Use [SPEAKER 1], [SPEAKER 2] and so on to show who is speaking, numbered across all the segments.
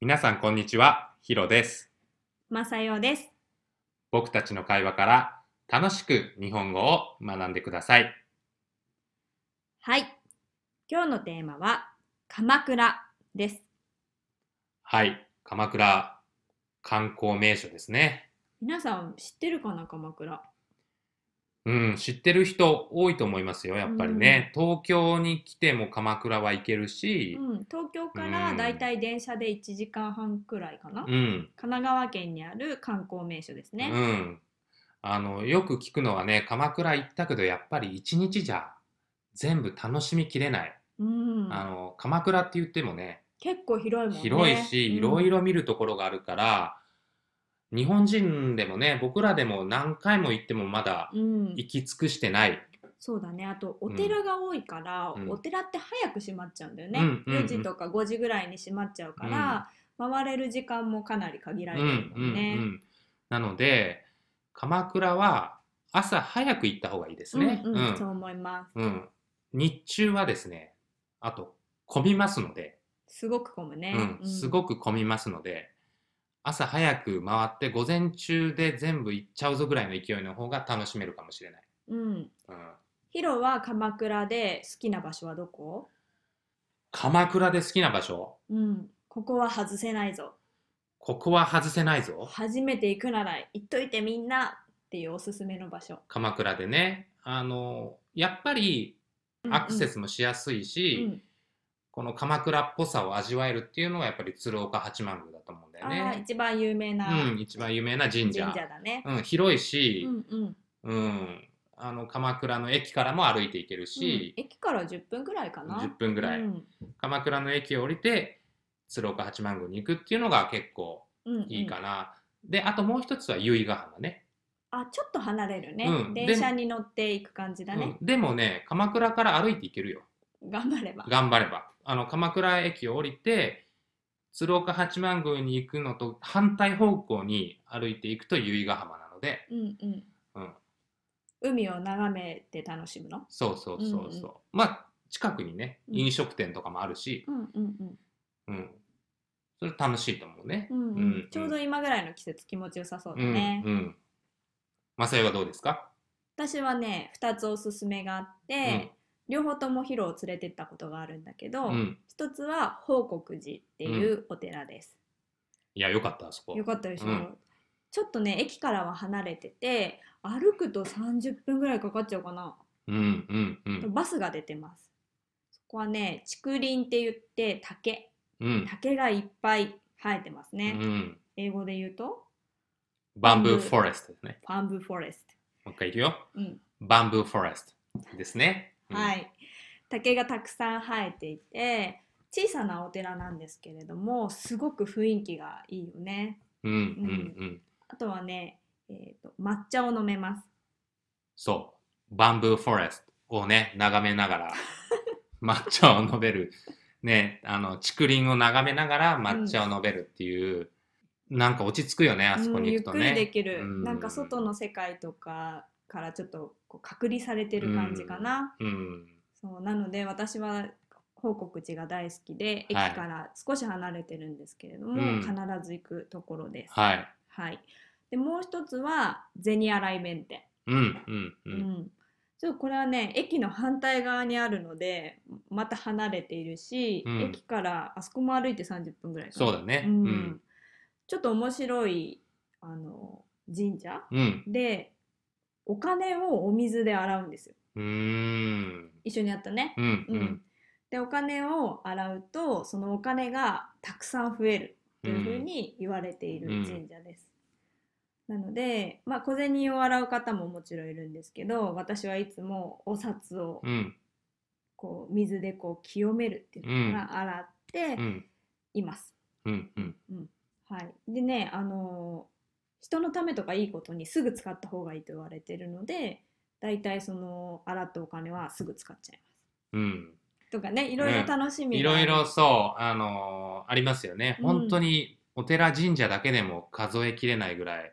[SPEAKER 1] 皆さんこんにちは、ヒロです。
[SPEAKER 2] まさようです。
[SPEAKER 1] 僕たちの会話から楽しく日本語を学んでください。
[SPEAKER 2] はい。今日のテーマは、鎌倉です。
[SPEAKER 1] はい、鎌倉観光名所ですね。
[SPEAKER 2] 皆さん知ってるかな、鎌倉。
[SPEAKER 1] うん、知ってる人多いと思いますよ、やっぱりね。東京に来ても鎌倉は行けるし、
[SPEAKER 2] うん、東京からだいたい電車で1時間半くらいかな。
[SPEAKER 1] う
[SPEAKER 2] 神
[SPEAKER 1] ん、
[SPEAKER 2] 奈川県にある観光名所です
[SPEAKER 1] う
[SPEAKER 2] ね。
[SPEAKER 1] ん。あの、よく聞くのはね、鎌倉行ったけどやっぱり一日じゃ全部楽しみきれない。
[SPEAKER 2] うん。
[SPEAKER 1] あの、鎌倉って言ってもね、
[SPEAKER 2] 結構広いもんね。
[SPEAKER 1] 広いし、いろいろ見るところがあるから、日本人でもね、僕らでも何回も行ってもまだ
[SPEAKER 2] うん。うん
[SPEAKER 1] 行き尽くしてない。
[SPEAKER 2] そうだねあとお寺が多いから、
[SPEAKER 1] うん
[SPEAKER 2] お寺って早く閉まっちゃうんだよね、
[SPEAKER 1] うんうんうん
[SPEAKER 2] 4時とか5時ぐらいに閉まっちゃうから、回れる時間もかなり限
[SPEAKER 1] う
[SPEAKER 2] ら
[SPEAKER 1] ん
[SPEAKER 2] れてるも
[SPEAKER 1] うんうん
[SPEAKER 2] ね。
[SPEAKER 1] ん。なので、鎌倉は朝早く行った方がいいですね。
[SPEAKER 2] うんうん
[SPEAKER 1] う
[SPEAKER 2] そうん思います。
[SPEAKER 1] うん日中はですね、あと混みますので、
[SPEAKER 2] すごく混むね。
[SPEAKER 1] うん、すごく混みますので、朝早く回って午前中で全部行っちゃうぞぐらいの勢いの方が楽しめるかもしれない。
[SPEAKER 2] うん。
[SPEAKER 1] うん
[SPEAKER 2] ヒロは鎌倉で好きな場所はどこ？
[SPEAKER 1] 鎌倉で好きな場所
[SPEAKER 2] うん。ここは外せないぞ。
[SPEAKER 1] ここは外せないぞ。
[SPEAKER 2] 初めて行くなら行っといてみんなっていうおすすめの場所。
[SPEAKER 1] 鎌倉でね。あの、やっぱりアクセスもしやすいし、
[SPEAKER 2] うんうん。
[SPEAKER 1] この鎌倉っぽさを味わえるっていうのはやっぱり鶴岡八幡宮だと思うんだよ
[SPEAKER 2] ああ
[SPEAKER 1] ね。
[SPEAKER 2] 一番有名な
[SPEAKER 1] うん、一番有名な神
[SPEAKER 2] 神
[SPEAKER 1] 社。
[SPEAKER 2] 社だね。
[SPEAKER 1] うん、広いし
[SPEAKER 2] う、んうん。
[SPEAKER 1] うん、あの、鎌倉の駅からも歩いていける
[SPEAKER 2] うん
[SPEAKER 1] し、
[SPEAKER 2] 駅から10分ぐらいかな。
[SPEAKER 1] 10分ぐらい、
[SPEAKER 2] うん
[SPEAKER 1] 鎌倉の駅を降りて、鶴岡八幡宮に行くっていうのが結構
[SPEAKER 2] うんうん
[SPEAKER 1] いいかな。で、あともう一つは由比ヶ浜ね。
[SPEAKER 2] あちょっと離れるね、
[SPEAKER 1] うん
[SPEAKER 2] 電車に乗っていく感じだね、
[SPEAKER 1] うん、でもね、鎌倉から歩いていけるよ。
[SPEAKER 2] 頑張れば
[SPEAKER 1] 頑張ればあの鎌倉駅を降りて鶴岡八幡宮に行くのと反対方向に歩いていくと由比ヶ浜なので、
[SPEAKER 2] うんうん
[SPEAKER 1] うん、
[SPEAKER 2] 海を眺めて楽しむの
[SPEAKER 1] そうそうそうそう、
[SPEAKER 2] うんうん
[SPEAKER 1] まあ近くにね
[SPEAKER 2] うん
[SPEAKER 1] 飲食店とかもあるし、
[SPEAKER 2] うんうんうん
[SPEAKER 1] うんそれ楽しいと思うね、
[SPEAKER 2] うんうんちょうど今ぐらいの季節気持ちよさそうだね、
[SPEAKER 1] うんうんマサイはどうですか
[SPEAKER 2] 私はね2つおすすめがあって、両方ともヒロを連れてったことがあるんだけど、
[SPEAKER 1] うん
[SPEAKER 2] 一つは報国寺っていうお寺です、
[SPEAKER 1] いやよかったあそこ
[SPEAKER 2] よかったでしょ、
[SPEAKER 1] うん
[SPEAKER 2] ちょっとね駅からは離れてて歩くと30分ぐらいかかっちゃうかな
[SPEAKER 1] うんうんうん
[SPEAKER 2] バスが出てますそこはね竹林って言って竹
[SPEAKER 1] うん
[SPEAKER 2] 竹がいっぱい生えてます
[SPEAKER 1] う
[SPEAKER 2] ね、
[SPEAKER 1] ん
[SPEAKER 2] 英語で言うと
[SPEAKER 1] バンブーフォレストですね
[SPEAKER 2] ファンブフォレス
[SPEAKER 1] もう一回いくよ
[SPEAKER 2] ト、うん
[SPEAKER 1] バンブーフォレストですね、うん
[SPEAKER 2] はい、竹がたくさん生えていて小さなお寺なんですけれどもすごく雰囲気がいいよね
[SPEAKER 1] うんうんうん
[SPEAKER 2] あとはね、えー、と抹茶を飲めます
[SPEAKER 1] そう、バンブーフォレストをね、眺めなが ら、抹茶を飲める。ね、あの、竹林を眺めながら抹茶を飲めるっていう、なんか落ち着くよね、あそこ
[SPEAKER 2] うん
[SPEAKER 1] に
[SPEAKER 2] ゆ
[SPEAKER 1] 行くと
[SPEAKER 2] っくりで
[SPEAKER 1] ね。
[SPEAKER 2] きる、
[SPEAKER 1] うん
[SPEAKER 2] なんか外の世界とかからちょっとこう隔離されてる感じかな、
[SPEAKER 1] うん。
[SPEAKER 2] そうなので私は報国寺が大好きで駅
[SPEAKER 1] はい
[SPEAKER 2] から少し離れてるんですけれども、
[SPEAKER 1] うん
[SPEAKER 2] 必ず行くところです。
[SPEAKER 1] はい。
[SPEAKER 2] はい、でもう一つは銭洗弁天、
[SPEAKER 1] うん、うん、う
[SPEAKER 2] うん
[SPEAKER 1] ん。
[SPEAKER 2] ちょっとこれはね駅の反対側にあるのでまた離れているし、
[SPEAKER 1] うん
[SPEAKER 2] 駅からあそこも歩いて30分ぐらいかな
[SPEAKER 1] そうだね。う
[SPEAKER 2] うん
[SPEAKER 1] ん。
[SPEAKER 2] ちょっと面白いあの神社
[SPEAKER 1] うん。
[SPEAKER 2] でお金をお水で洗うんですよ
[SPEAKER 1] うーん。
[SPEAKER 2] 一緒にやったね。
[SPEAKER 1] うん、
[SPEAKER 2] う
[SPEAKER 1] うんん。、
[SPEAKER 2] でお金を洗うとそのお金がたくさん増えるというふうに言われている神社です。なので、まあ、小銭を洗う方ももちろんいるんですけど私はいつもお札を
[SPEAKER 1] うん。
[SPEAKER 2] こう水でこう清めるっていうのかな洗って
[SPEAKER 1] うん。
[SPEAKER 2] います。
[SPEAKER 1] うん。うん。
[SPEAKER 2] はい、でね、あのー人のためとかいいことにすぐ使った方がいいと言われてるのでだいたいその洗ったお金はすぐ使っちゃいま
[SPEAKER 1] うん。
[SPEAKER 2] す。とかねいろいろ楽しみ
[SPEAKER 1] い
[SPEAKER 2] があ
[SPEAKER 1] ろ
[SPEAKER 2] る
[SPEAKER 1] いろそう、あのーありますよね。
[SPEAKER 2] うん
[SPEAKER 1] 本当にお寺神社だけでも数えきれないぐらい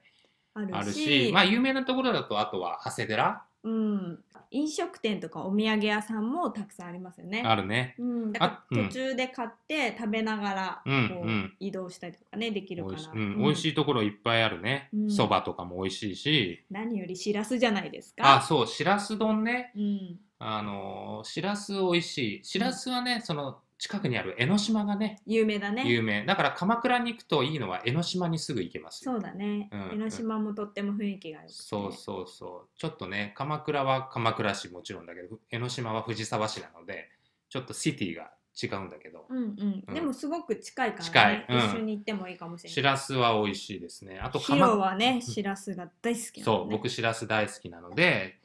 [SPEAKER 2] あるし
[SPEAKER 1] あるし、まあ有名なところだと、あとは長谷寺
[SPEAKER 2] うん、飲食店とかお土産屋さんもたくさんありますよね。
[SPEAKER 1] あるね。
[SPEAKER 2] うん、だから
[SPEAKER 1] あうん
[SPEAKER 2] 途中で買って食べながらこ
[SPEAKER 1] うん
[SPEAKER 2] う
[SPEAKER 1] うん
[SPEAKER 2] 移動したりとかねできる
[SPEAKER 1] 美
[SPEAKER 2] か
[SPEAKER 1] 味し
[SPEAKER 2] ら、
[SPEAKER 1] うん、美味し
[SPEAKER 2] い
[SPEAKER 1] いところいっぱいあるね
[SPEAKER 2] うん。
[SPEAKER 1] そばとかも美味しいし。
[SPEAKER 2] 何よりしらすじゃないですか
[SPEAKER 1] あ、そう、しらす丼ね。
[SPEAKER 2] うん、
[SPEAKER 1] あのー、しらす美味しい。しらすはね、その近くにある江ノ島がね、
[SPEAKER 2] 有名だね
[SPEAKER 1] 有名。だから鎌倉に行くといいのは江ノ島にすぐ行けますよ。
[SPEAKER 2] そうだね、
[SPEAKER 1] うん
[SPEAKER 2] 江ノ島もとっても雰囲気がよくて
[SPEAKER 1] そうそうそう。ちょっとね、鎌倉は鎌倉市もちろんだけど、ふ江ノ島は藤沢市なので、ちょっとシティが違うんだけど、
[SPEAKER 2] うんうん、
[SPEAKER 1] うん
[SPEAKER 2] でもすごく近いから、ね、
[SPEAKER 1] 近いうん
[SPEAKER 2] 一緒に行ってもいいかもしれ
[SPEAKER 1] し
[SPEAKER 2] ない。
[SPEAKER 1] らすは美味しいですね。あと
[SPEAKER 2] ヒロはね、しらすが大好きなの、ね。
[SPEAKER 1] そう、僕しらす大好きなので、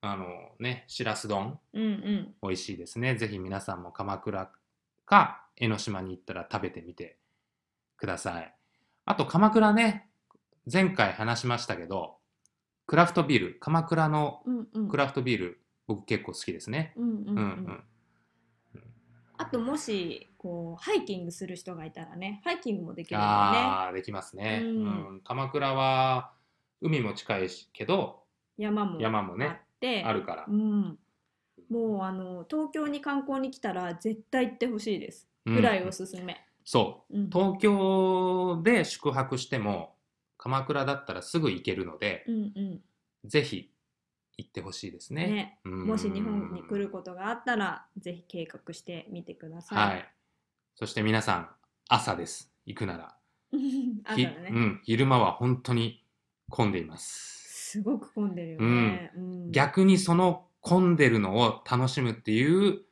[SPEAKER 1] あのね、しらす丼
[SPEAKER 2] うんうん。
[SPEAKER 1] 美味しいですね。ぜひ皆さんも鎌倉か江ノ島に行ったら食べてみてください。あと鎌倉ね、前回話しましたけど、クラフトビール、鎌倉の
[SPEAKER 2] うんうん。
[SPEAKER 1] クラフトビール、僕結構好きですね。
[SPEAKER 2] うんうん、うん
[SPEAKER 1] うんうん。
[SPEAKER 2] あともしこうハイキングする人がいたらねハイキングもできるからね
[SPEAKER 1] ああ、できますね、
[SPEAKER 2] う
[SPEAKER 1] うんん鎌倉は海も近いしけど、
[SPEAKER 2] 山も
[SPEAKER 1] 山も
[SPEAKER 2] あっ
[SPEAKER 1] ね、
[SPEAKER 2] て
[SPEAKER 1] あるから
[SPEAKER 2] う。ん、もうあの東京に観光に来たら絶対行ってほしいです
[SPEAKER 1] うん
[SPEAKER 2] ぐらいおすすめ、
[SPEAKER 1] そう、
[SPEAKER 2] うん
[SPEAKER 1] 東京で宿泊しても鎌倉だったらすぐ行けるので、
[SPEAKER 2] うんうん
[SPEAKER 1] ぜひ行ってほしいですね。
[SPEAKER 2] ね
[SPEAKER 1] うん
[SPEAKER 2] もし日本に来ることがあったらぜひ計画してみてください、
[SPEAKER 1] は い。そして皆さん朝です。行くなら。
[SPEAKER 2] 朝だ
[SPEAKER 1] ひ
[SPEAKER 2] ね、
[SPEAKER 1] うん、昼間は本当に混んでいます。
[SPEAKER 2] すごく混んでるよね、うん
[SPEAKER 1] 逆にその混んでるのを楽しむっていう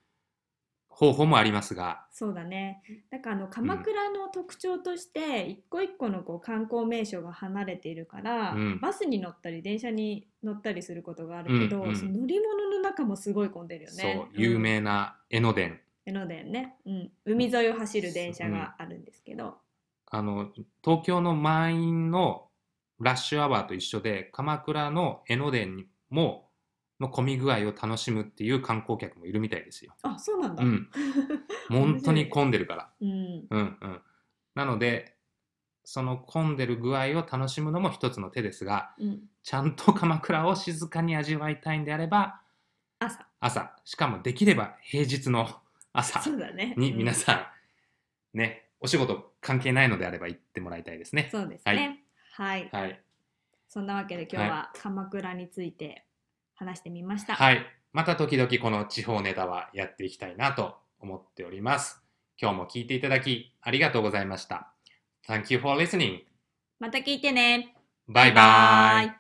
[SPEAKER 1] 方法もありますが、
[SPEAKER 2] そうだねだからあの鎌倉の特徴として一個一個のこう観光名所が離れているから、
[SPEAKER 1] うん
[SPEAKER 2] バスに乗ったり電車に乗ったりすることがあるけど、
[SPEAKER 1] うんうん
[SPEAKER 2] その乗り物の中もすごい混んでるよ
[SPEAKER 1] そ
[SPEAKER 2] ね
[SPEAKER 1] う、有名な江ノ電。
[SPEAKER 2] 江ノ電ね、うん、海沿いを走る電車があるんですけど、
[SPEAKER 1] あの、東京の満員のラッシュアワーと一緒で、鎌倉の江ノ電も、の混み具合を楽しむっていう観光客もいるみたいですよ。
[SPEAKER 2] あそうなんだ、
[SPEAKER 1] うん。本当に混んでる から。
[SPEAKER 2] うん
[SPEAKER 1] うんうん。なので、その混んでる具合を楽しむのも一つの手ですが、
[SPEAKER 2] うん
[SPEAKER 1] ちゃんと鎌倉を静かに味わいたいんであれば、
[SPEAKER 2] 朝
[SPEAKER 1] 朝、しかもできれば平日の朝
[SPEAKER 2] そうだね
[SPEAKER 1] に皆
[SPEAKER 2] うん
[SPEAKER 1] さん、ね、お仕事関係ないのであれば行ってもらいたいですね。
[SPEAKER 2] そうですねはい、
[SPEAKER 1] はい。
[SPEAKER 2] そんなわけで今日は鎌倉について話してみました、
[SPEAKER 1] はい。また時々この地方ネタはやっていきたいなと思っております。今日も聞いていただきありがとうございました。Thank you for listening.
[SPEAKER 2] また聞いてね
[SPEAKER 1] バイバイ。
[SPEAKER 2] イ